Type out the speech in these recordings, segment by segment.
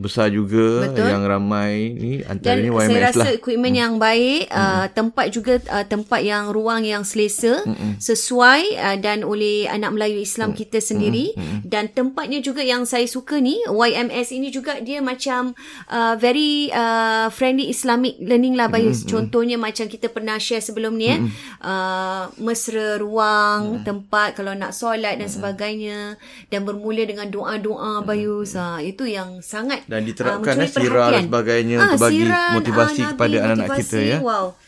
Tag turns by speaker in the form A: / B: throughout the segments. A: besar juga Betul. yang ramai ni
B: Dan
A: antaranya YMS
B: saya rasa
A: lah. Hmm.
B: equipment mm. yang baik mm. uh, tempat juga uh, tempat yang ruang yang selesa
A: Hmm.
B: Mm-mm. sesuai uh, dan oleh anak Melayu Islam mm. kita sendiri
A: Hmm.
B: Mm-mm. dan tempatnya juga yang saya suka ni YMS ini juga dia macam uh, very uh, friendly Islamic learning lah
A: Hmm.
B: Bayus Mm-mm. contohnya macam kita pernah share sebelum ni eh uh, mesra
A: Hmm.
B: ruang Mm-mm. tempat kalau nak solat dan Mm-mm. sebagainya dan bermula dengan
A: Hmm.
B: doa-doa Bayus uh, itu yang sangat
A: dan diterapkan uh, sirah dan sebagainya
B: Ah,
A: ha, untuk bagi siran, motivasi uh, kepada
B: Nabi,
A: anak-anak
B: ah, motivasi,
A: kita ya.
B: Wow.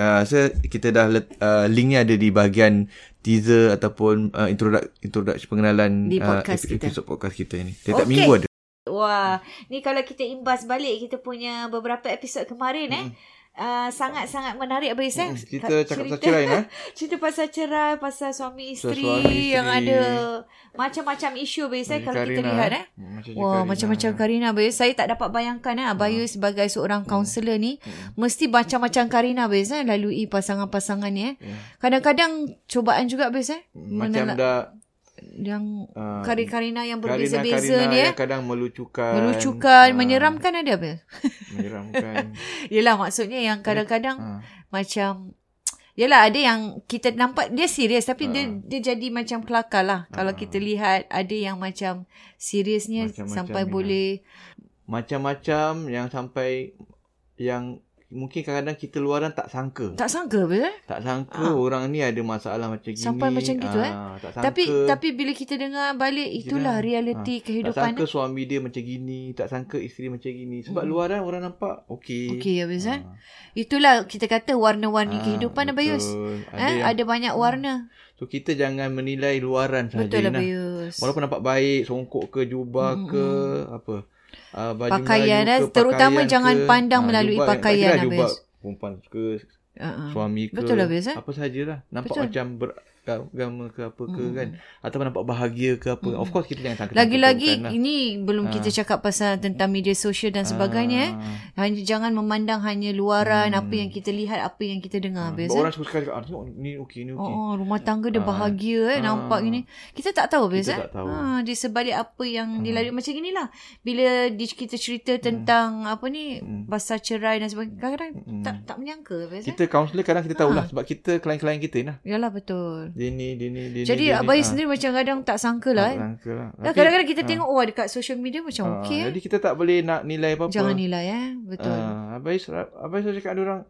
A: Uh, saya kita dah let, uh, linknya ada di bahagian teaser ataupun uh, introduction introduction pengenalan
B: Di
A: ah,
B: podcast
A: epi-
B: kita.
A: episod podcast kita ni.
B: Okey.
A: Setiap minggu ada.
B: Wah, ni kalau kita imbas balik kita punya beberapa episod kemarin eh. Uh, sangat-sangat menarik Abang Isam.
A: Mm, Hmm. kita cakap pasal cerai, eh?
B: Cerita pasal cerai, pasal suami
A: Pasal
B: isteri,
A: suami isteri.
B: yang ada macam-macam isu Abang Isam kalau kita lihat eh.
A: Macam
B: Wah, macam-macam Karina Abang Isam. Saya tak dapat bayangkan eh Abayu
A: Ah.
B: sebagai seorang
A: Hmm.
B: kaunselor ni mesti macam-macam Karina Abang Isam lalui pasangan-pasangan ni eh. Kadang-kadang cobaan juga Abang Isam.
A: Ya. Macam dah
B: yang
A: Ah, ya.
B: Karina-Karina yang berbeza-beza
A: Karina-Karina
B: ni eh.
A: yang kadang melucukan.
B: Melucukan,
A: ah,
B: menyeramkan ada apa?
A: Menyeramkan.
B: Yelah maksudnya yang kadang-kadang
A: ha.
B: macam Yelah ada yang kita nampak dia serius tapi dia
A: Hmm.
B: dia jadi macam kelakar lah. Kalau kita lihat ada yang macam seriusnya
A: Macam-macam
B: sampai
A: ni hmm.
B: boleh
A: Macam-macam yang sampai yang mungkin kadang-kadang kita luaran tak sangka.
B: tak sangka apa eh?
A: Tak sangka ha. orang ni ada masalah macam gini.
B: Sampai macam gitu, eh.
A: Ah, Tak sangka. Ha.
B: Tapi tapi bila kita dengar balik itulah realiti
A: tak
B: kehidupan.
A: sangka suami dia macam gini, tak sangka isteri macam gini. Sebab hmm. luaran orang nampak okey.
B: Okey Abis eh?
A: Ah.
B: Itulah kita kata warna-warni
A: Ah,
B: kehidupan Abang Yus. Eh?
A: betul. Ada, yang, Hmm. ada
B: Ada banyak warna.
A: So kita jangan menilai luaran saja.
B: Betul lah, Abang
A: Nah.
B: Yus.
A: lah. Walaupun nampak baik, songkok ke jubah
B: Mm-mm.
A: ke apa. Uh, baju
B: Hmm, Pakaian, eh.
A: Melayu ke,
B: Terutama
A: pakaian
B: jangan
A: ke.
B: pandang
A: Ah,
B: melalui
A: jubah kan. Tak
B: pakaian,
A: kira
B: Abang
A: jubah
B: Yus.
A: perempuan ke
B: Uh-uh.
A: suami ke
B: Betul lah, Bez, eh?
A: apa sajalah nampak
B: Betul.
A: Betul. macam ber, agama ke apa ke hmm. kan ataupun nampak bahagia ke apa hmm. of course kita jangan sangka
B: Lagi-lagi
A: sangka-sangkakan lah. Ah.
B: ini belum kita cakap pasal tentang media sosial dan sebagainya eh. Hanya jangan memandang hanya luaran
A: Hmm.
B: apa yang kita lihat, apa yang kita dengar
A: Sebab
B: biasa.
A: orang suka cakap ah, tengok ni okey ni okey
B: Oh, rumah tangga dia bahagia eh nampak gini. Kita tak tahu biasa.
A: Ah. tak tahu. Ah.
B: Ha, dia sebalik apa yang dilalui macam inilah. Bila di, kita cerita
A: Hmm.
B: tentang apa ni pasal cerai dan sebagainya kadang-kadang oh. tak tak Ah. menyangka biasa.
A: Hmm. kita kaunselor kadang kita tahulah sebab kita klien-klien kita ni lah
B: Yalah betul.
A: dia ni dia ni dia ni
B: Jadi
A: dia ni.
B: abang Bayu sendiri macam kadang tak sangka lah eh.
A: Sangka lah.
B: Dah,
A: Tapi,
B: kadang-kadang kita tengok oh dekat social media macam
A: ah,
B: okey. eh.
A: Jadi kita tak boleh nak nilai apa-apa.
B: Jangan nilai eh. Betul.
A: Ah, Abais, Abais saya cakap ada orang,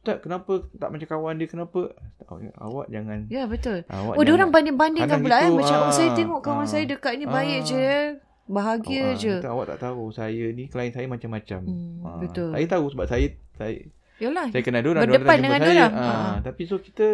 A: Ustaz, kenapa tak macam kawan dia, kenapa? Awak- Awak jangan.
B: Ya betul.
A: Awak
B: Oh, dia orang banding-bandingkan
A: Kadang
B: pula eh
A: gitu,
B: macam oh
A: ah,
B: saya tengok kawan
A: ah,
B: saya dekat ni baik
A: ah.
B: je, eh. bahagia
A: Ah,
B: je.
A: itu Awak tak tahu, saya ni, klien saya macam-macam.
B: Hmm,
A: Ah,
B: betul.
A: Saya tahu sebab saya, saya,
B: Yalah.
A: saya kenal dia orang.
B: Berdepan
A: diorang datang
B: dengan dia
A: jumpa saya.
B: orang.
A: Ah,
B: Ah.
A: Tapi so kita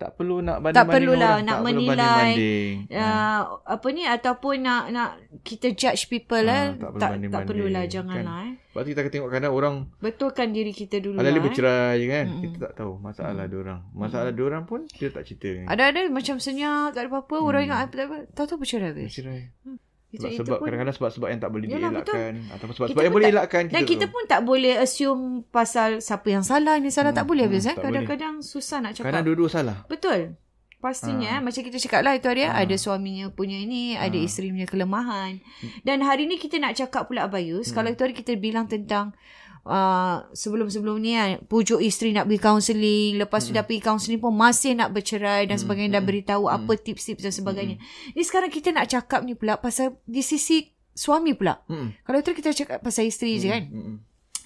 A: tak perlu nak banding-banding
B: perlulah
A: orang.
B: nak
A: tak perlu
B: menilai.
A: banding-banding. Ah,
B: Uh, apa ni ataupun nak nak kita judge people eh
A: Ah, tak
B: tak
A: perlu
B: tak
A: banding-banding,
B: perlulah
A: kan.
B: janganlah eh
A: Sebab tu kita akan tengok kadang orang
B: betulkan diri kita dulu lah,
A: Alih-alih
B: eh.
A: bercerai je kan Kita tak tahu masalah mm. diorang Masalah diorang pun Dia tak cerita kan
B: ada-ada macam senyap tak ada apa-apa orang ingat apa tak apa tahu bercerai habis
A: Hmm. Bercerai
B: Itu-
A: Sebab,
B: itu
A: sebab
B: pun-
A: kadang-kadang sebab-sebab yang tak boleh
B: Yalah, betul.
A: dielakkan Ataupun
B: Kita
A: sebab-sebab yang
B: pun
A: boleh
B: tak-
A: elakkan
B: Dan kita
A: tak tahu.
B: pun tak boleh assume pasal siapa yang salah ni salah tak boleh habis eh.
A: Hmm, tak
B: Kadang-kadang susah nak cakap.
A: Kadang dua-dua salah
B: Betul. Pastinya eh, macam kita cakap lah itu hari eh, ada suaminya punya ini, ada isteri punya kelemahan. Dan hari ni kita nak cakap pula Abayus, kalau itu hari kita bilang tentang uh, sebelum-sebelum ni kan, pujuk isteri nak pergi kaunseling, lepas tu dah pergi kaunseling pun masih nak bercerai dan sebagainya, dah beritahu apa tips-tips dan sebagainya. Ni sekarang kita nak cakap ni pula pasal di sisi suami pula.
A: Mm.
B: Kalau itu kita cakap pasal isteri je kan.
A: Mm-mm.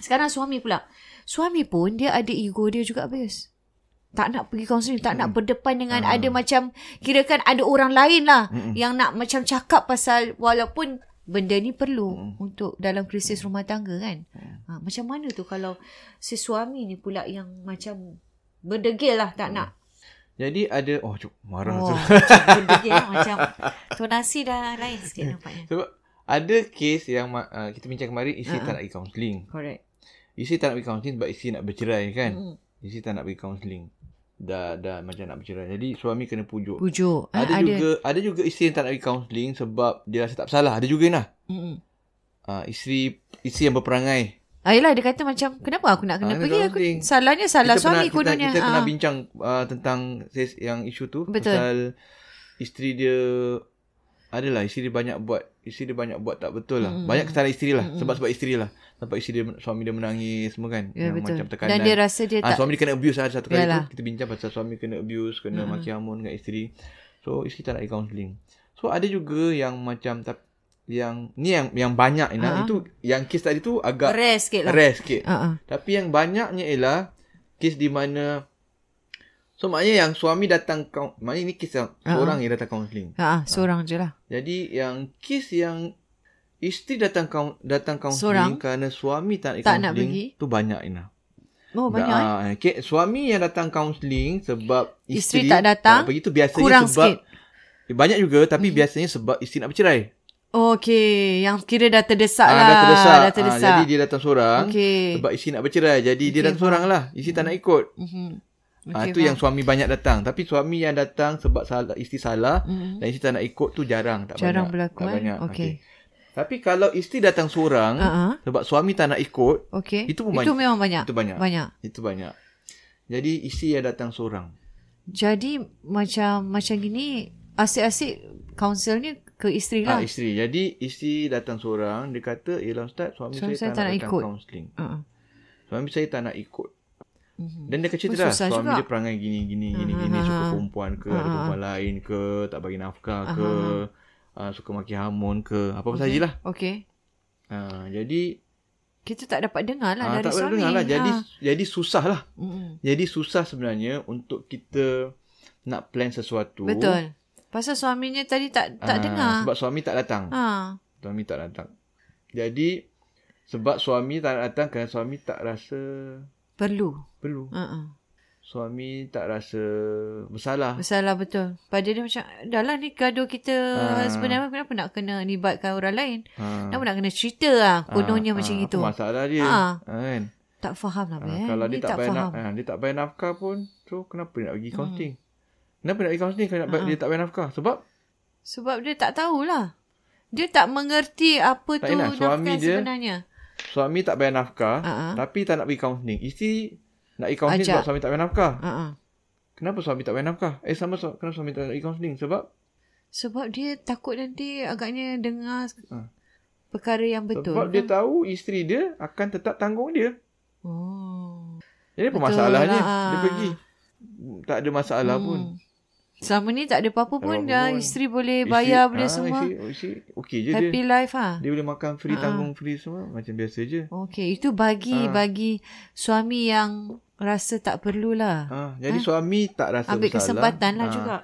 B: Sekarang suami pula. Suami pun dia ada ego dia juga Abayus. Tak nak pergi kaunseling, tak
A: Hmm.
B: nak berdepan dengan ada macam kirakan ada orang lain lah
A: Hmm.
B: yang nak macam cakap pasal walaupun benda ni perlu
A: Hmm.
B: untuk dalam krisis rumah tangga kan. Ha, macam mana tu kalau si suami ni pula yang macam berdegil lah tak nak.
A: Jadi ada Oh cuk marah
B: Oh,
A: tu
B: macam berdegil lah, macam tonasi dah lain
A: Hmm.
B: sikit nampaknya.
A: Sebab Ada kes yang ma- uh, Kita bincang kemarin Isteri tak nak pergi kaunseling
B: Correct.
A: Isteri tak nak pergi kaunseling Sebab isteri nak bercerai kan
B: Mm.
A: Isteri tak nak pergi kaunseling Dah dah macam nak bercerai Jadi suami kena pujuk
B: Pujuk. Ha,
A: ada, juga ada juga isteri yang tak nak pergi kaunseling sebab dia rasa tak bersalah. Ada juga lah.
B: Mm-mm.
A: Uh, isteri isteri yang berperangai.
B: Ah, yelah, dia kata macam kenapa aku nak kena
A: Ah,
B: pergi
A: kena
B: aku
A: kaunseling.
B: salahnya salah suami
A: kita,
B: kononnya.
A: kita pernah
B: Ah.
A: bincang uh, tentang ses, yang isu tu
B: Betul.
A: pasal isteri dia adalah isteri dia banyak buat isteri dia banyak buat tak betul lah.
B: Hmm.
A: Mm. Banyak kesalahan isteri lah mm. sebab sebab isteri lah. Sebab isteri dia suami dia menangis semua kan.
B: Ya,
A: yang
B: betul.
A: macam tekanan.
B: Dan dia rasa dia
A: Ah,
B: tak
A: suami dia kena abuse ada satu kali
B: Yalah.
A: tu kita bincang pasal suami kena abuse, kena hmm. maki amun dengan isteri. So isteri tak nak pergi counselling. So ada juga yang macam tap, yang ni yang yang banyak ni uh itu yang kes tadi tu agak
B: Ah. rare sikit lah.
A: rare sikit.
B: Ah, ah.
A: Tapi yang banyaknya ialah kes di mana So maknanya yang suami datang kaun- maknanya ni kes yang
B: Ah,
A: seorang yang datang counselling.
B: Ha, ah, seorang je lah.
A: Jadi yang kes yang isteri datang kaun- datang
B: Seorang?
A: kaunseling kerana suami tak nak
B: Tak nak
A: kaunseling tu banyak Ina.
B: Oh, banyak eh.
A: Ah, okay. Suami yang datang kaunseling sebab
B: Isteri
A: isteri,
B: tak datang,
A: Pergi tu biasanya
B: kurang
A: sebab
B: sikit.
A: banyak juga tapi hmm. biasanya sebab isteri nak bercerai.
B: Oh, okay. Yang kira dah terdesak lah.
A: Ah, dah terdesak.
B: Dah terdesak.
A: Ah, jadi dia datang seorang
B: Okey.
A: sebab ah, isteri nak bercerai. Jadi okay, dia datang seorang lah. Isteri tak nak ikut.
B: Mhm.
A: Okay, ah,
B: Okey,
A: tu yang suami banyak datang. Tapi suami yang datang sebab salah, isteri salah
B: Mhm.
A: dan isteri tak nak ikut tu jarang. Tak
B: Jarang
A: banyak,
B: berlaku,
A: Tak
B: eh?
A: banyak.
B: Okey.
A: Tapi kalau isteri datang seorang
B: Ah, ah.
A: sebab suami tak nak ikut,
B: Okay.
A: Itu pun
B: Itu
A: banyak.
B: memang banyak.
A: Itu banyak.
B: Banyak.
A: itu banyak. Jadi isteri yang datang seorang.
B: Jadi, macam macam gini, asyik-asyik kaunsel ni ke isteri
A: Ah,
B: lah.
A: isteri. Jadi isteri datang seorang, dia kata, "Yalah ustaz, suami
B: Suami
A: saya,
B: saya
A: tak, nak ikut kaunseling.
B: Ah, ah.
A: Suami saya tak nak ikut."
B: Mhm.
A: Dan dia kecil
B: Pun
A: lah
B: susah
A: Suami
B: juga.
A: dia perangai gini Gini gini
B: Ah,
A: gini
B: ah,
A: Suka
B: ah.
A: perempuan ke Ada perempuan lain ke Tak bagi nafkah ke ah, Suka maki hamun ke Apa-apa sajalah
B: Okay.
A: ah, Jadi
B: Kita tak dapat dengar lah
A: ah,
B: dari
A: Tak boleh
B: suami.
A: dengar lah Jadi,
B: Ah.
A: jadi susah lah
B: Mhm.
A: Jadi susah sebenarnya Untuk kita Nak plan sesuatu
B: Betul. Pasal suaminya tadi tak tak
A: Oh. Ah,
B: dengar.
A: Sebab suami tak datang
B: Ha.
A: Suami tak datang Jadi Sebab suami tak datang Kerana suami tak rasa
B: Perlu. Ha.
A: Perlu
B: Uh-uh.
A: Suami tak rasa Bersalah
B: Masalah betul. Pada dia macam, dah lah ni gaduh kita ha. sebenarnya kenapa nak kena libatkan orang lain?
A: Ah.
B: Kenapa nak kena cerita lah kononnya
A: Ah,
B: macam
A: ah, apa
B: itu.
A: Masalah dia
B: Ah.
A: Ah, kan
B: Tak faham lah.
A: Ah,
B: Ha.
A: kalau dia tak, bayar
B: faham.
A: nak, ah, dia tak bayar nafkah pun so kenapa dia nak pergi kaunting? Hmm. Kenapa nak pergi counselling
B: Ha.
A: kalau nak, dia tak bayar nafkah? Sebab
B: Sebab dia tak tahulah. Dia tak mengerti apa
A: Tak
B: tu
A: yelah,
B: nafkah
A: suami dia-
B: sebenarnya.
A: suami tak bayar nafkah,
B: Ha-ha.
A: tapi tak nak pergi counselling. Isteri nak pergi counselling
B: Ajak.
A: sebab suami tak bayar nafkah.
B: Uh-uh.
A: Kenapa suami tak bayar nafkah? Eh sama su- kenapa suami tak nak pergi counselling? Sebab
B: Sebab dia takut nanti agaknya dengar uh. perkara yang betul.
A: Ha. sebab dia
B: kan?
A: tahu isteri dia akan tetap tanggung dia.
B: Oh.
A: Jadi apa
B: Betul
A: masalahnya?
B: lah.
A: Dia pergi. Tak ada masalah hmm. pun.
B: Selama ni tak ada apa-apa
A: Tak
B: pun
A: ada
B: dah
A: apa-apa pun.
B: isteri boleh Eh, bayar benda
A: ah,
B: semua.
A: Isteri, isteri okey je
B: Happy
A: dia.
B: life ah.
A: Dia boleh makan free, tanggung free semua. Macam biasa je.
B: Okey, itu bagi
A: Ah.
B: bagi suami yang rasa tak perlulah.
A: Ha, jadi suami tak rasa
B: Ambil
A: bersalah.
B: kesempatan lah
A: Ah,
B: juga.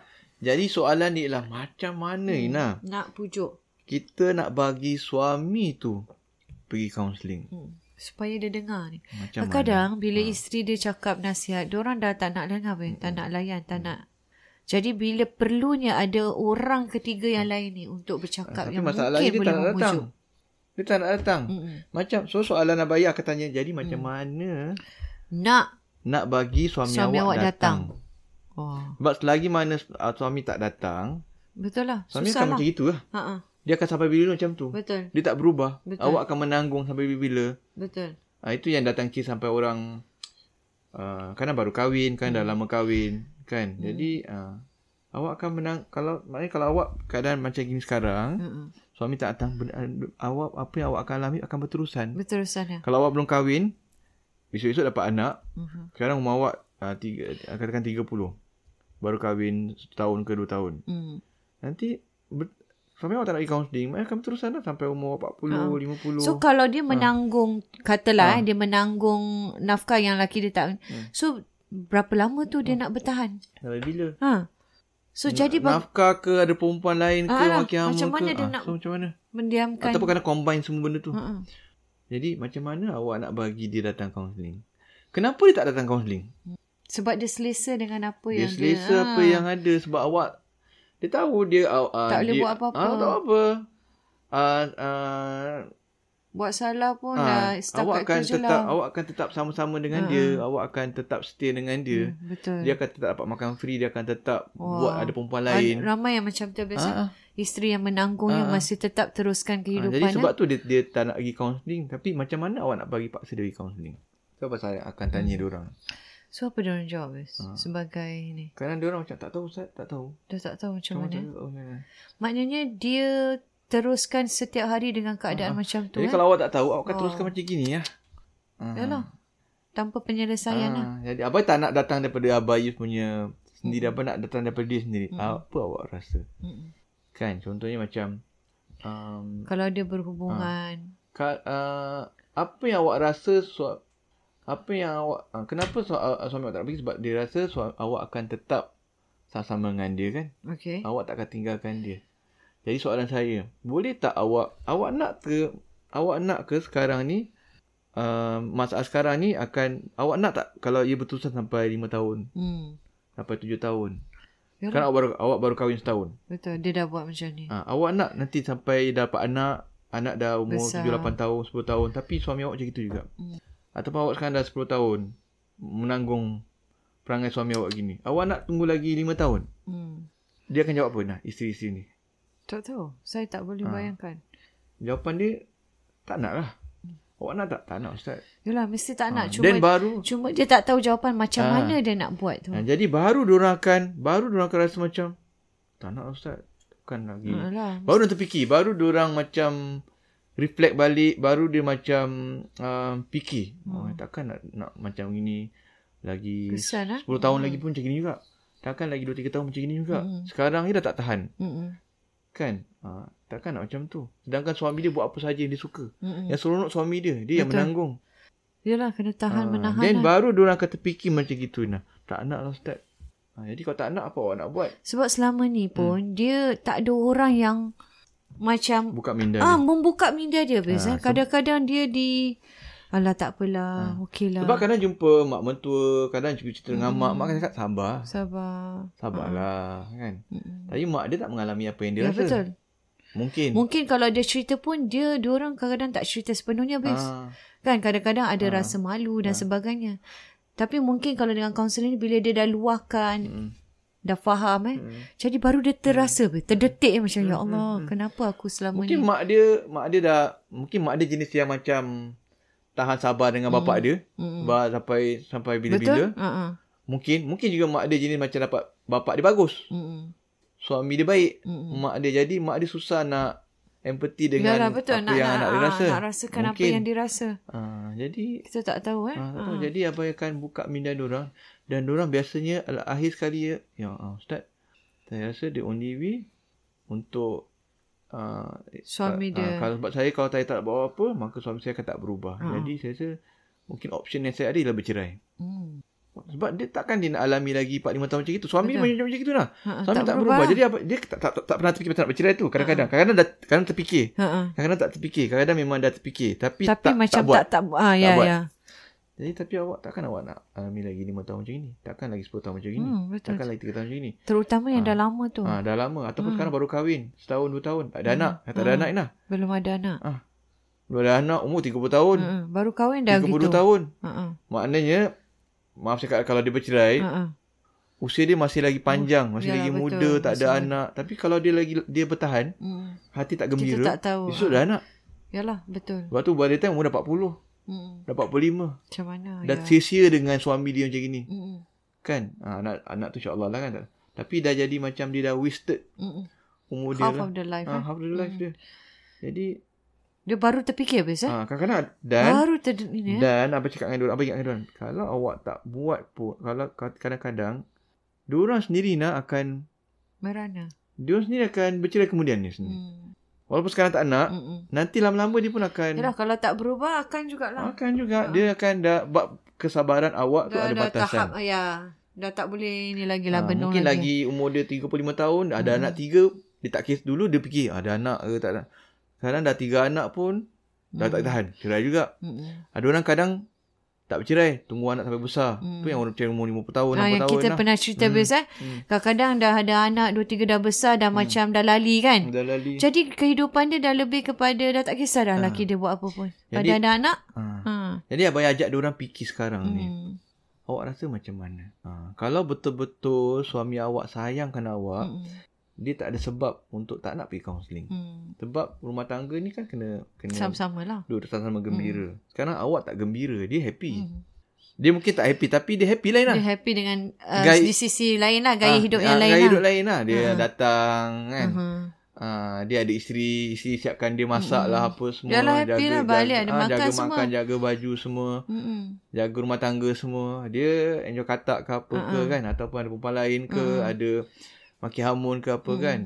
A: Jadi soalan ni ialah macam mana hmm. Ina
B: Nak pujuk
A: kita nak bagi suami tu pergi counselling. Hmm.
B: supaya dia dengar ni.
A: Macam Ah.
B: Kadang-kadang bila isteri dia cakap nasihat, diorang dah tak nak dengar pun, tak nak layan, tak nak. Jadi bila perlunya ada orang ketiga yang lain ni untuk bercakap
A: Ah. Tapi
B: yang
A: masalah
B: mungkin
A: dia
B: boleh
A: tak nak datang.
B: memujuk.
A: Dia tak nak datang.
B: Mm-mm.
A: Macam so soalan Abaya aku tanya jadi macam
B: Hmm.
A: mana
B: Nak
A: nak bagi suami,
B: suami awak datang.
A: datang.
B: Wah,
A: Sebab selagi mana uh, suami tak datang,
B: betul lah.
A: suami
B: Susah
A: akan
B: lah.
A: macam itu lah.
B: Ha-ha.
A: Dia akan sampai bila macam tu.
B: Betul,
A: Dia tak berubah.
B: Betul.
A: Awak akan menanggung sampai bila-bila.
B: betul.
A: Ha, itu yang datang kes sampai orang uh, kadang baru kahwin, kan dah lama kahwin, kan. Jadi uh, awak akan menang kalau maknanya kalau awak keadaan macam gini sekarang,
B: Mm-mm.
A: suami tak datang ben- awak apa yang awak akan alami akan berterusan.
B: Betul sana.
A: Kalau awak belum kahwin, besok-besok dapat anak.
B: Mhm.
A: Sekarang umur awak uh, tiga, ah, katakan 30. Baru kahwin setahun ke dua tahun.
B: Mm.
A: Nanti ber, suami awak tak nak pergi counselling, maknanya akan berterusan lah sampai umur awak 40, 50.
B: So kalau
A: Ha.
B: dia menanggung katalah eh, dia menanggung nafkah yang laki dia tak.
A: Hmm.
B: So berapa lama tu dia nak bertahan?
A: sampai bila?
B: Ha. So jadi
A: Na-
B: bang,
A: nafkah ke ada perempuan lain ke
B: Ah,
A: laki hama
B: macam mana
A: ke
B: dia
A: Ah,
B: nak- Ah.
A: so macam mana
B: mendiamkan. Ha,
A: ataupun kena combine semua benda tu
B: Ha-ha.
A: jadi macam mana awak nak bagi dia datang counselling kenapa dia tak datang counselling
B: Sebab dia selesa dengan apa
A: dia
B: yang Oh, ya dia. Ha.
A: selesa
B: Ah.
A: apa yang ada sebab awak dia tahu dia ah, ah,
B: Tak boleh
A: dia-
B: buat apa-apa.
A: ah, tak apa ah, ah,
B: Buat salah pun
A: ah,
B: dah
A: awak
B: setakat
A: akan
B: tu je
A: tetap
B: lah. Ah.
A: awak akan tetap sama-sama dengan dia awak akan tetap stay dengan dia
B: Hmm, Betul.
A: dia akan tetap dapat makan free dia akan tetap
B: Wah. Kan,
A: buat ada perempuan
B: Ad-
A: lain
B: Ramai yang macam tu biasa.
A: Ah, ah.
B: Isteri yang menanggungnya masih tetap teruskan
A: Ah,
B: kehidupan.
A: jadi sebab
B: eh.
A: tu dia, dia tak nak pergi counselling tapi macam mana awak nak bagi paksa dia pergi counselling? Itu apa saya akan tanya dia orang.
B: So apa dia orang jawab Bes?
A: Ha.
B: sebagai ni?
A: Kerana dia orang macam tak tahu Ustaz, tak tahu.
B: Dah tak tahu macam mana.
A: Macam "Oh, ya." tak tahu macam mana.
B: Maknanya dia teruskan setiap hari dengan keadaan macam tu.
A: Ha, Jadi
B: eh?
A: kalau awak tak tahu awak akan teruskan macam gini ya.
B: Yalah. lah. Tanpa penyelesaian lah.
A: Ah, jadi abai tak nak datang daripada abai punya
B: Hmm.
A: sendiri apa nak datang daripada dia sendiri. Apa awak rasa?
B: Mm-mm.
A: Kan contohnya macam um,
B: Mm. Kalau dia berhubungan.
A: ka, uh, apa yang awak rasa su- apa yang awak uh, kenapa su- uh, suami awak tak nak pergi sebab dia rasa su- awak akan tetap sama-sama dengan dia kan
B: Okay.
A: awak tak akan tinggalkan dia jadi soalan saya boleh tak awak awak nak ke awak nak ke sekarang ni uh, masalah sekarang ni akan awak nak tak kalau ia berterusan sampai 5 tahun
B: Hmm.
A: sampai 7 tahun
B: Yalah.
A: sekarang awak baru, awak baru kahwin setahun
B: Betul. Dia dah buat macam ni.
A: Ha, awak nak nanti sampai dapat anak, anak dah umur
B: Besar.
A: 7-8 tahun, 10 tahun. Tapi suami awak macam itu juga. Hmm. Ataupun awak sekarang dah 10 tahun menanggung perangai suami awak gini. Awak nak tunggu lagi 5 tahun.
B: Hmm.
A: Dia akan jawab apa nah, isteri-isteri ni?
B: Tak tahu. Saya tak boleh
A: Ah.
B: bayangkan.
A: Jawapan dia, tak nak lah. Awak nak tak? Tak nak Ustaz.
B: Yalah, mesti tak nak.
A: Ha,
B: Cuma,
A: dan baru-
B: Cuma dia tak tahu jawapan macam
A: Ah.
B: mana dia nak buat tu.
A: Ha, jadi baru diorang akan, baru diorang akan rasa macam, tak nak Ustaz. Bukan lagi.
B: Ha, lah.
A: Baru dia terfikir Baru dia orang macam Reflect balik Baru dia macam uh, Fikir oh,
B: Hmm.
A: Takkan nak, nak macam gini Lagi
B: Kesan, ah.
A: 10 tahun lagi pun macam gini juga Takkan lagi 2-3 tahun macam gini juga
B: Hmm.
A: Sekarang dia dah tak tahan
B: Mm-mm.
A: Kan ha, Takkan nak macam tu Sedangkan suami dia buat apa saja yang dia suka
B: Mm-mm.
A: Yang seronok suami dia Dia
B: Hmm.
A: yang
B: Betul.
A: menanggung
B: Yalah, kena tahan menahan
A: Ah.
B: lah.
A: Dan baru dia orang akan terfikir macam gitu nah. Tak nak lah Ustaz ha, Jadi kalau tak nak apa awak nak buat
B: Sebab selama ni
A: Hmm.
B: pun, dia tak ada orang yang macam
A: Buka minda
B: ah
A: dia.
B: membuka minda dia Bes. eh.
A: Ya. Ah,
B: Kadang-kadang dia di... Alah, tak apalah. Okey lah.
A: Ah. Sebab kadang jumpa mak mentua, kadang cerita dengan
B: Hmm.
A: mak, mak akan cakap sabar.
B: Sabar.
A: Sabarlah kan. Tapi mak dia tak mengalami apa yang dia
B: Ah. Ya,
A: rasa. Hmm.
B: betul.
A: Mungkin.
B: Mungkin kalau dia cerita pun dia diorang kadang-kadang tak cerita sepenuhnya bes.
A: Ah.
B: Kan kadang-kadang ada rasa
A: Hmm.
B: malu dan sebagainya. Tapi mungkin kalau dengan kaunseling ni, bila dia dah luahkan dah faham eh. Hmm. Jadi baru dia terasa hmm. terdetik eh, macam ya Allah hmm. kenapa aku selama
A: Mungkin
B: ni.
A: mak dia mak dia dah mungkin mak dia jenis yang macam tahan sabar dengan bapak dia
B: Mm-mm.
A: bah, sampai sampai
B: Betul?
A: bila-bila.
B: Ha
A: Mungkin mungkin juga mak dia jenis macam dapat bapak dia bagus.
B: ah.
A: Suami dia baik.
B: Mm-mm.
A: Mak dia jadi mak dia susah nak empathy
B: Dengan
A: dengan
B: Yalah, betul.
A: apa
B: nak,
A: yang
B: nak,
A: anak dia
B: ah,
A: rasa.
B: Nak rasakan Mungkin. apa yang dirasa.
A: Ah, jadi
B: Kita tak tahu eh.
A: ah, tak tahu.
B: Ah.
A: jadi abang akan buka minda orang dan orang biasanya ala- akhir sekali ya, ya ah, ustaz. Saya rasa the only way untuk ah,
B: Suami
A: Ah, ah,
B: dia.
A: kalau sebab saya kalau saya tak buat apa, maka suami saya akan tak berubah.
B: Ah.
A: Jadi saya rasa mungkin option yang saya ada ialah bercerai.
B: Hmm.
A: Sebab dia takkan dia nak alami lagi 4 5 tahun macam itu. Suami
B: Betul.
A: macam macam gitu lah.
B: Ha,
A: Suami tak, berubah. Jadi apa dia tak, tak, tak, tak pernah terfikir macam nak bercerai tu. Kadang-kadang
B: Ah.
A: kadang-kadang dah kadang terfikir.
B: Ha, ha.
A: Kadang-kadang tak terfikir. Kadang-kadang memang dah terfikir tapi,
B: Tapi
A: tak,
B: macam
A: tak buat.
B: tak tak, ah, ya,
A: buat.
B: ya.
A: Jadi tapi awak takkan awak nak alami lagi 5 tahun macam ini. Takkan lagi 10 tahun macam ini.
B: Hmm, betul. Hmm.
A: Takkan lagi 3 tahun macam ini.
B: Terutama yang dah lama tu.
A: Ha, dah lama ataupun sekarang baru kahwin, setahun 2 tahun. Tak Ada
B: Hmm.
A: anak, tak ada anak Inah.
B: Belum ada anak.
A: Belum ada anak umur 30 tahun,
B: Ha, ha. Baru kahwin dah gitu.
A: 30 tahun.
B: Ha, ha.
A: Maknanya Maaf cakap kalau dia bercerai
B: Ha, ha.
A: Usia dia masih lagi panjang Masih
B: ya,
A: lagi
B: betul.
A: muda Tak ada
B: Masih-
A: anak Tapi kalau dia lagi dia bertahan
B: Hmm.
A: Hati tak
B: Kita
A: gembira
B: tak tahu. Ha.
A: Esok dah anak
B: Yalah, betul.
A: Lepas tu by the time umur dah 40
B: Hmm.
A: Dah 45
B: Macam mana?
A: Dah
B: ya.
A: sia-sia dengan suami dia macam gini
B: Hmm.
A: Kan ha, anak, anak tu insyaAllah lah kan Tapi dah jadi macam dia dah wasted
B: Hmm.
A: Umur dia
B: Half
A: lah
B: of the life.
A: ha,
B: eh.
A: Half of the life dia Jadi
B: Dia baru terfikir habis eh.
A: ha, Kadang-kadang Dan
B: Baru ter ini eh.
A: Dan apa cakap dengan diorang Apa cakap dengan diorang Kalau awak tak buat pun Kalau kadang-kadang Diorang sendiri nak akan
B: Merana.
A: Diorang sendiri akan bercerai kemudian ni sendiri. Hmm.
B: Hmm.
A: Walaupun sekarang tak nak,
B: Hmm.
A: nanti lama-lama dia pun akan
B: Yalah kalau tak berubah akan jugalah.
A: akan juga dia akan dah bab kesabaran awak tu
B: dah,
A: Ha? ada
B: dah
A: batasan.
B: Ah. tahap ya. Dah tak boleh ni lagi lah
A: Ah,
B: benung
A: mungkin
B: lagi.
A: lagi umur dia 35 tahun, ada hmm. anak tiga, dia tak kes dulu dia fikir ada anak ke tak ada. Sekarang dah tiga anak pun
B: Hmm,
A: dah tak tahan, cerai juga.
B: Mm-mm.
A: Ada orang kadang tak bercerai, tunggu anak sampai besar.
B: Hmm.
A: Tu yang orang bercerai umur 50 tahun,
B: Ah,
A: 60
B: yang
A: tahun.
B: kita
A: lah.
B: pernah cerita
A: Hmm.
B: hmm. biasa
A: Hmm.
B: Kadang-kadang dah ada anak Dua tiga dah besar Dah macam dah lali kan
A: Dah lali.
B: Jadi kehidupan dia dah lebih kepada Dah tak kisah dah laki dia buat apa pun Pada
A: Ah. Jadi-
B: ada anak
A: Ah.
B: ha.
A: Jadi abang ajak dia orang fikir sekarang ni.
B: Hmm.
A: Awak rasa macam mana? Ha, kalau betul-betul suami awak sayangkan awak,
B: Hmm.
A: dia tak ada sebab untuk tak nak pergi kaunseling.
B: Hmm.
A: Sebab rumah tangga ni kan kena kena
B: Sama-sama lah
A: duduk sama-sama gembira. Sekarang awak tak gembira, dia happy.
B: Hmm.
A: Dia mungkin tak happy tapi dia happy lain lah.
B: Dia happy dengan uh,
A: Gaya-
B: Di sisi lain lah Gaya
A: Ah,
B: hidup
A: ah,
B: yang lain
A: Gaya
B: lah Hmm.
A: hidup lain lah. Dia
B: Ah.
A: datang kan.
B: Aha.
A: Ah, dia ada isteri, isteri siapkan dia masak lah
B: Hmm.
A: apa semua.
B: Yalah, happy lah, balik ada
A: ah,
B: makan
A: jaga
B: semua.
A: makan, jaga baju semua.
B: Mm-mm.
A: jaga rumah tangga semua dia enjoy katak ke apa
B: Ah.
A: uh-huh. ke kan ataupun ada perempuan lain ke uh-huh. ada maki hamun ke apa uh-huh. kan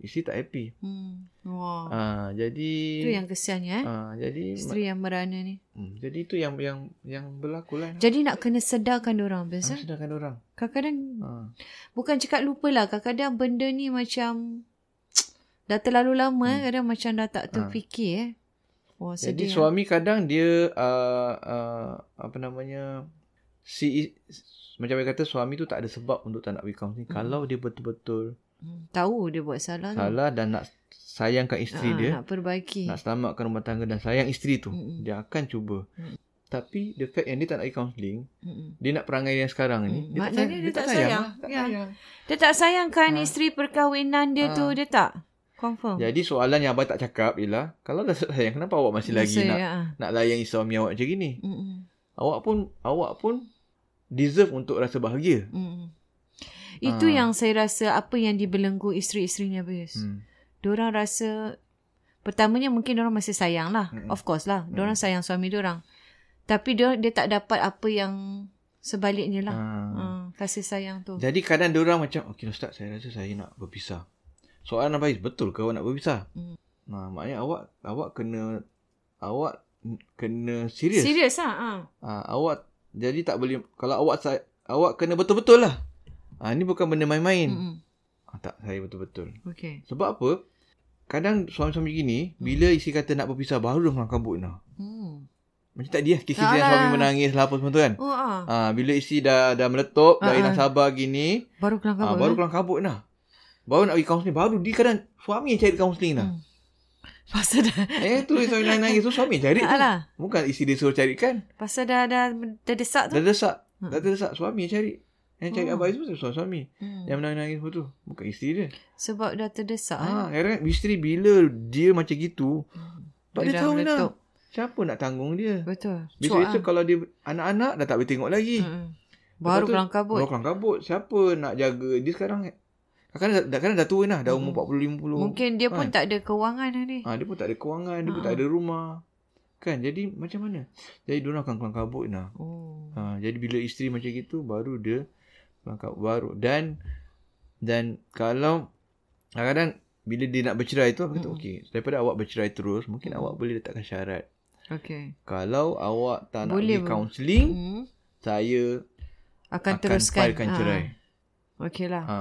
A: isteri tak happy
B: Hmm. Wah
A: ah jadi
B: Itu yang kesiannya eh
A: ah jadi ma-
B: Isteri yang merana ni
A: hmm, jadi itu yang yang yang berlaku lah
B: Jadi nak kena sedarkan orang biasa.
A: ah, sedangkan orang
B: Kadang-kadang
A: ah
B: bukan cakap lupa lah. Kadang-kadang benda ni macam dah terlalu lama eh. Kadang macam dah tak terfikir eh. Wah
A: Hmm. Ah. jadi
B: sedih. eh? lah.
A: suami kadang dia uh, uh, apa namanya si macam saya kata suami tu tak ada sebab untuk tak nak pergi counseling hmm. kalau dia betul-betul
B: Hmm, Tahu dia buat salah tu.
A: salah dan nak sayangkan
B: Hmm.
A: isteri
B: Ah,
A: dia
B: Nak Hmm. perbaiki.
A: nak selamatkan rumah tangga dan sayang isteri tu
B: Mm-mm.
A: dia akan cuba
B: Mm.
A: tapi the fact yang dia tak nak pergi counselling
B: Mm-mm.
A: dia nak perangai yang sekarang ni
B: Mm.
A: dia tak
B: Maknanya
A: sayang-
B: dia tak sayang.
A: lah, tak
B: Ya.
A: sayang.
B: Dia tak sayangkan
A: Ah.
B: isteri perkahwinan dia tu.
A: Ah.
B: Dia tak? Confirm.
A: jadi soalan yang abang tak cakap ialah kalau dah sayang kenapa awak masih lagi
B: Saya,
A: nak nak layan suami awak macam gini
B: ah. ya. Mm-mm.
A: awak pun awak pun deserve untuk rasa bahagia
B: Mm-mm. Itu
A: Ah.
B: yang saya rasa apa yang dibelenggu isteri-isteri ni habis.
A: hmm.
B: Diorang rasa Pertamanya mungkin diorang masih sayang lah
A: Mm-mm.
B: mm Of course lah Diorang
A: Hmm.
B: sayang suami diorang Tapi dia, dia tak dapat apa yang Sebaliknya lah
A: Ah.
B: uh, Kasih sayang tu
A: jadi kadang dia orang macam okey ustaz saya rasa saya nak berpisah soalan abang Is, betul ke awak nak berpisah
B: Mm.
A: nah maknanya awak awak kena awak kena serius
B: Serius lah ah.
A: Ha, awak jadi tak boleh kalau awak sa- awak kena betul-betul lah. Ha, ni bukan benda main-main.
B: Mm-mm.
A: Ha, tak saya betul-betul.
B: Okay
A: Sebab apa? Kadang suami-suami gini bila isteri kata nak berpisah baru dah orang kabut nah.
B: hmm.
A: Macam tadi lah kisah
B: Tak
A: yang suami
B: lah.
A: menangis lah apa semua tu kan.
B: Oh ah.
A: Ha, bila isteri dah dah meletup,
B: Ah,
A: dah hilang
B: ah.
A: sabar gini,
B: Baru kelang
A: ha,
B: kabut
A: baru
B: baru
A: kelang kabut nah. Baru nak pergi kaunseling, baru dia kadang suami yang cari kaunseling nah.
B: Pasal dah
A: Eh tu suami nangis tu suami yang cari
B: Tak
A: tu.
B: lah
A: Bukan isteri dia suruh cari kan.
B: Pasal dah, dah Terdesak tu
A: Dah desak.
B: Hmm.
A: Dah terdesak suami yang cari. Yang cari advisor tu suami-suami. Yang menangis-nangis semua tu. Bukan isteri dia.
B: Hmm. Sebab dah terdesak. eh.
A: Ha, kadang-kadang isteri bila dia macam gitu, tak
B: Hmm. Dia
A: dia
B: dah
A: tahu
B: meletup.
A: dah. Siapa nak tanggung dia?
B: Betul. lah. ah.
A: Besok-besok kalau dia anak-anak dah tak boleh tengok lagi.
B: Mm-mm. Baru
A: Lepas tu,
B: kelang Hmm. kabut.
A: Baru kelang kabut. Siapa nak jaga? Dia sekarang kadang dah, dah, kadang dah tua lah. dah. Dah umur 40-50.
B: Hmm. Mungkin dia
A: Kan?
B: pun tak ada kewangan dah ni.
A: Ha, dia pun tak ada kewangan. Dia pun
B: Ha.
A: tak ada rumah. Kan? Jadi macam mana? Jadi diorang akan kelang kabut nah.
B: Oh.
A: Ha, jadi bila isteri macam gitu baru dia langkah baru dan dan kalau kadang-kadang bila dia nak bercerai tu
B: Hmm.
A: aku kata okey daripada awak bercerai terus mungkin awak boleh letakkan syarat
B: Okay.
A: kalau awak tak nak
B: Boleh
A: boleh
B: pun.
A: pergi kaunseling
B: Hmm.
A: saya
B: Akan,
A: akan
B: teruskan.
A: filekan cerai.
B: Ha. Okey lah.
A: ha.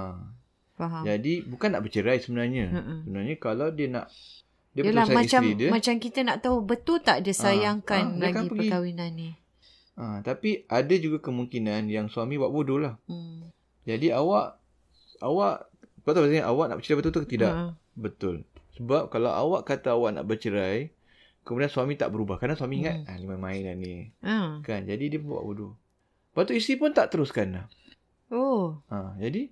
B: Faham.
A: jadi bukan nak bercerai sebenarnya
B: Mm-mm.
A: sebenarnya kalau dia nak dia
B: Yelah
A: betul sayang
B: macam
A: isteri dia
B: macam kita nak tahu betul tak dia
A: Ah,
B: sayangkan
A: dia akan
B: lagi
A: pergi.
B: perkahwinan ni.
A: ha, tapi ada juga kemungkinan yang suami buat bodoh lah
B: Hmm.
A: Jadi awak awak kau tahu maksudnya awak nak bercerai betul ke tidak?
B: Ha.
A: Betul. Sebab kalau awak kata awak nak bercerai, kemudian suami tak berubah. Kerana suami ingat,
B: Hmm.
A: ah ni main-main lah ni.
B: Ha.
A: Kan? Jadi dia buat bodoh. Lepas tu isteri pun tak teruskan lah.
B: Oh,
A: Ha, jadi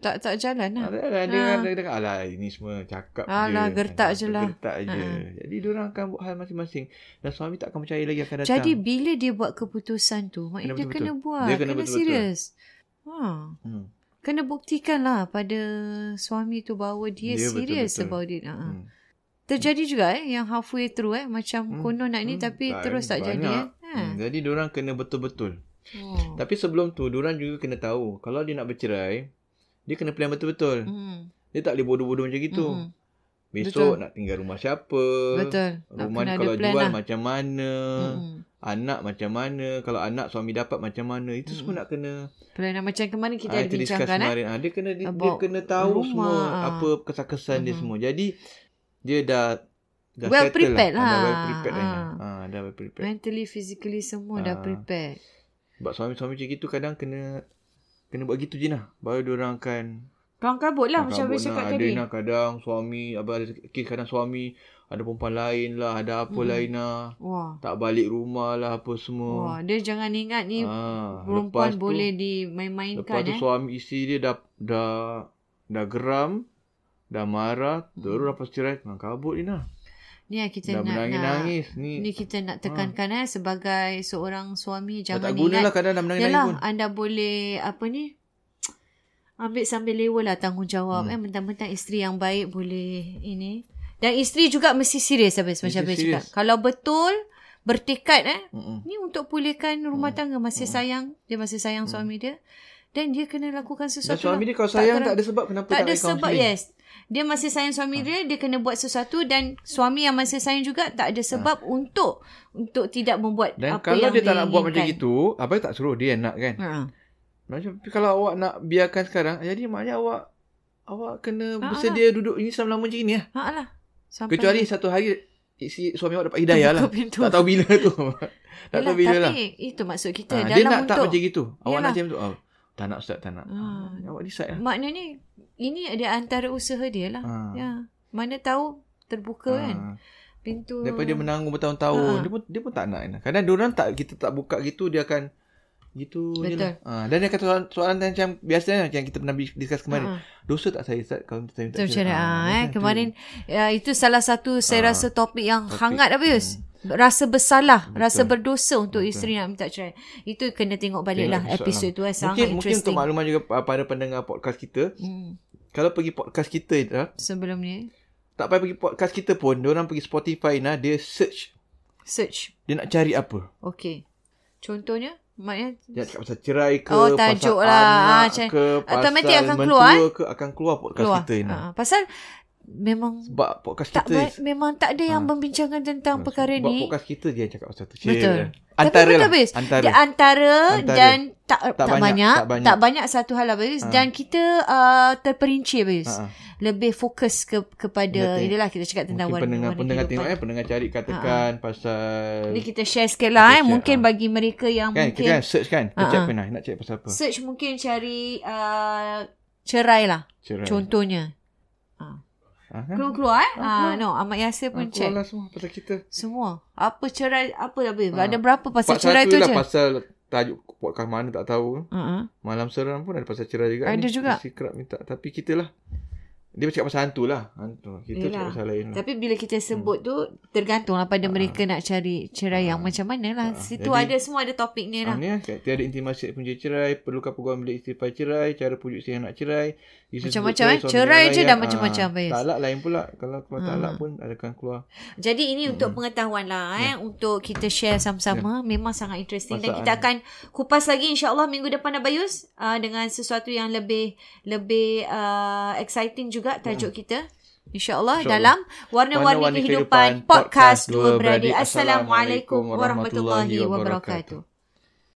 B: tak tak jalan lah.
A: ha. dia dia- dia dia kata alah ini semua cakap
B: Alah,
A: je.
B: gertak
A: Ah,
B: je lah."
A: Gertak je. Jadi dia orang akan buat hal masing-masing dan suami tak akan percaya lagi akan datang.
B: Jadi bila dia buat keputusan tu, maknanya dia
A: Kena
B: kena
A: betul-betul.
B: buat. kena,
A: Dia kena
B: kena
A: betul-betul.
B: serius. Ha.
A: hmm.
B: Kena buktikanlah pada suami tu bahawa dia,
A: Dia
B: serius
A: betul-betul.
B: about it. Ha.
A: Hmm.
B: Terjadi juga eh yang halfway through eh macam konon nak ni tapi terus tak jadi eh. Ha.
A: Hmm. Jadi dia orang kena betul-betul
B: Oh.
A: Tapi sebelum tu Diorang juga kena tahu Kalau dia nak bercerai Dia kena plan betul-betul
B: Hmm.
A: Dia tak boleh bodoh-bodoh macam gitu
B: Mm.
A: Besok
B: Betul.
A: nak tinggal rumah siapa
B: Betul. Nak
A: eh, Rumah
B: kena
A: ni
B: ada
A: kalau
B: plan
A: jual
B: lah.
A: macam mana
B: Hmm.
A: Anak macam mana Kalau anak suami dapat macam mana Itu semua nak kena
B: Plan lah. macam kemarin Hmm. kita
A: Ah,
B: ada
A: itu discuss
B: bincangkan eh.
A: kemarin. Ah, Dia kena dia, dia
B: About
A: kena tahu
B: rumah,
A: semua
B: ah.
A: Apa kesan-kesan dia semua Jadi Dia dah Dah
B: Well
A: settle
B: prepared
A: lah. Ah, Dah
B: lah.
A: well prepared lah
B: Ah.
A: Ah, Dah well prepared
B: Mentally, physically semua dah
A: Ah.
B: prepared.
A: Sebab suami-suami macam gitu Kadang kena Kena buat gitu je lah Baru diorang akan
B: Kelang kabut lah macam Abang
A: Abang
B: cakap
A: nak ada
B: tadi.
A: nak kadang suami abang ada kes kadang suami ada perempuan lain lah ada apa
B: Hmm.
A: lain lah
B: Wah.
A: tak balik rumah lah apa semua
B: Wah, dia jangan ingat ni
A: ha,
B: perempuan boleh dimain-mainkan
A: lepas tu
B: eh.
A: suami isteri dia dah dah dah geram dah marah hmm. terus lepas cerai dengan kabut ni lah
B: Ni yang kita
A: dah
B: nak, nak
A: menangis-nangis ni,
B: ni
A: ni
B: kita nak tekankan eh sebagai seorang suami jangan
A: dah tak
B: ingat
A: guna lah kadang dah menangis-nangis pun
B: Yalah, anda boleh apa ni? Ambil sambil lewa lah tanggungjawab hmm. eh mentang-mentang isteri yang baik boleh ini. Dan isteri juga mesti serius habis macam
A: Mesti
B: habis cakap.
A: serius.
B: Kalau betul bertekad eh
A: Mm-mm.
B: ni untuk pulihkan rumah
A: Hmm.
B: tangga masih sayang dia masih sayang suami dia dan dia kena lakukan
A: dan
B: sesuatu. lah.
A: suami dia kalau sayang tak,
B: terang-
A: ada sebab kenapa
B: tak ada
A: nak
B: sebab
A: counselling.
B: yes. Dia masih sayang suami dia, dia kena buat sesuatu dan suami yang masih sayang juga tak ada sebab untuk untuk tidak membuat
A: Ah. dan
B: apa
A: kalau
B: yang
A: dia tak nak buat macam
B: diinginkan.
A: gitu abang tak suruh dia nak kan
B: Ha.
A: Macam tapi kalau awak nak biarkan sekarang, jadi maknanya awak awak kena
B: Ah,
A: bersedia duduk ini selama lama macam ni lah.
B: Ha lah. Sampai
A: Kecuali satu hari si suami awak dapat hidayah lah.
B: Buka pintu.
A: Tak tahu bila tu. tak
B: Yelah,
A: tahu bila
B: tapi
A: lah.
B: itu maksud kita
A: Ha,
B: ha,
A: dia
B: dalam
A: nak
B: untuk
A: tak macam gitu. Awak
B: Yelah.
A: nak macam tu. Oh, tak nak ustaz, tak nak. Ha,
B: Ah.
A: awak decide lah.
B: maknanya ini ada antara usaha dia lah.
A: Ha.
B: Ya. Mana tahu terbuka kan
A: Ha.
B: pintu. Ah.
A: Daripada dia menanggung
B: Ha.
A: bertahun-tahun, dia pun dia pun tak nak. kan? Kadang dia orang tak kita tak buka gitu dia akan gitu je
B: Betul.
A: lah. Ha, dan dia kata soalan, soalan yang macam biasanya macam kita pernah discuss kemarin.
B: Ha.
A: Dosa tak saya Ustaz kalau saya minta
B: Betul macam mana?
A: cerai?
B: Ah,
A: Ah,
B: eh.
A: macam tu.
B: Kemarin ya, itu salah satu saya
A: Ah,
B: rasa topik yang
A: topik.
B: hangat habis.
A: Hmm.
B: Rasa bersalah,
A: Betul.
B: rasa berdosa untuk isteri nak minta cerai. Itu kena tengok balik
A: Tengok
B: lah episod
A: episod
B: tu eh, sangat
A: mungkin, mungkin
B: interesting.
A: untuk makluman juga uh, para pendengar podcast kita
B: hmm,
A: kalau pergi podcast kita Ida,
B: sebelum ni
A: tak payah pergi podcast kita pun orang pergi Spotify nah dia search
B: search.
A: dia nak cari apa
B: Okey. Contohnya eh, maknanya
A: dia nak cakap pasal cerai ke
B: Oh,
A: pasal
B: tajuk lah. Ah,
A: anak
B: macam-
A: ke
B: automatic
A: pasal
B: akan
A: mentua
B: keluar, eh?
A: ke akan keluar podcast
B: keluar.
A: kita Ina.
B: Ah, pasal memang
A: sebab podcast
B: tak
A: kita
B: ba- memang tak ada yang membincangkan tentang perkara
A: sebab
B: ni.
A: Ha. podcast kita dia cakap pasal tu
B: Betul.
A: Cerai.
B: Antara Tapi
A: antara
B: betul
A: lah
B: habis.
A: antara
B: Dia antara,
A: Antara.
B: dan tak, tak, banyak, tak banyak.
A: tak
B: satu hal habis. Dan kita uh, terperinci habis.
A: Ha, ha.
B: Lebih fokus ke, kepada,
A: Betul.
B: inilah kita cakap tentang
A: mungkin pendengar pendengar tengok eh pendengar cari katakan pasal
B: Jadi ah. kita share sikit lah eh.
A: share,
B: Mungkin
A: ah.
B: bagi mereka yang
A: kan
B: mungkin
A: kita kan search kan kita
B: Ah,
A: check
B: ah.
A: pernah nak check pasal apa
B: search mungkin cari uh, cerai lah.
A: cerai
B: Contohnya.
A: Ah, kan?
B: Keluar-keluar eh. Ah, no, Ahmad Yasir pun
A: Ah,
B: check.
A: keluarlah semua pasal kita
B: Semua. Apa cerai, apa habis.
A: Ah.
B: Ada berapa pasal
A: Part
B: cerai
A: satu
B: tu
A: lah
B: je.
A: pasal tajuk podcast mana tak tahu.
B: Uh-huh.
A: Malam seram pun ada pasal cerai juga.
B: Ada
A: ni.
B: juga.
A: Mesti kerap minta. Tapi kita lah. Dia cakap pasal hantu lah. Hantu. Kita Yelah. cakap pasal lain lah.
B: Tapi bila kita sebut tu tergantunglah pada
A: Ah.
B: mereka nak cari cerai yang macam mana lah. Situ
C: Jadi-
B: ada semua ada topik ni
A: Ha,
B: lah.
A: ni lah. Kat- Tiada intimasi punca cerai. Perlukan peguam bilik isteri pai cerai. Cara pujuk isteri anak cerai. isteri
B: Macam-macam,
A: sebut
B: eh.
A: suami
B: Cerai
A: yang
B: je
A: layak.
B: dah macam-macam,
A: Ah,
B: Faiz. Ah.
A: Talak lain pula. Kalau keluar talak pun akan keluar.
B: Jadi ini
A: Mm-hmm.
B: untuk pengetahuan lah eh untuk kita share sama-sama memang sangat interesting dan kita akan kupas lagi insyaallah minggu depan Abayus uh, dengan sesuatu yang lebih lebih uh, exciting juga tajuk kita insyaallah
A: Mm.
B: dalam
A: InsyaAllah.
B: warna-warni
A: Warna-Warni
B: kehidupan
A: Kehidupan,
B: podcast
A: Podcast
B: dua
A: Dua
B: beradik
A: Beradik.
B: assalamualaikum
A: Assalamualaikum
B: warahmatullahi
A: warahmatullahi
B: wabarakatuh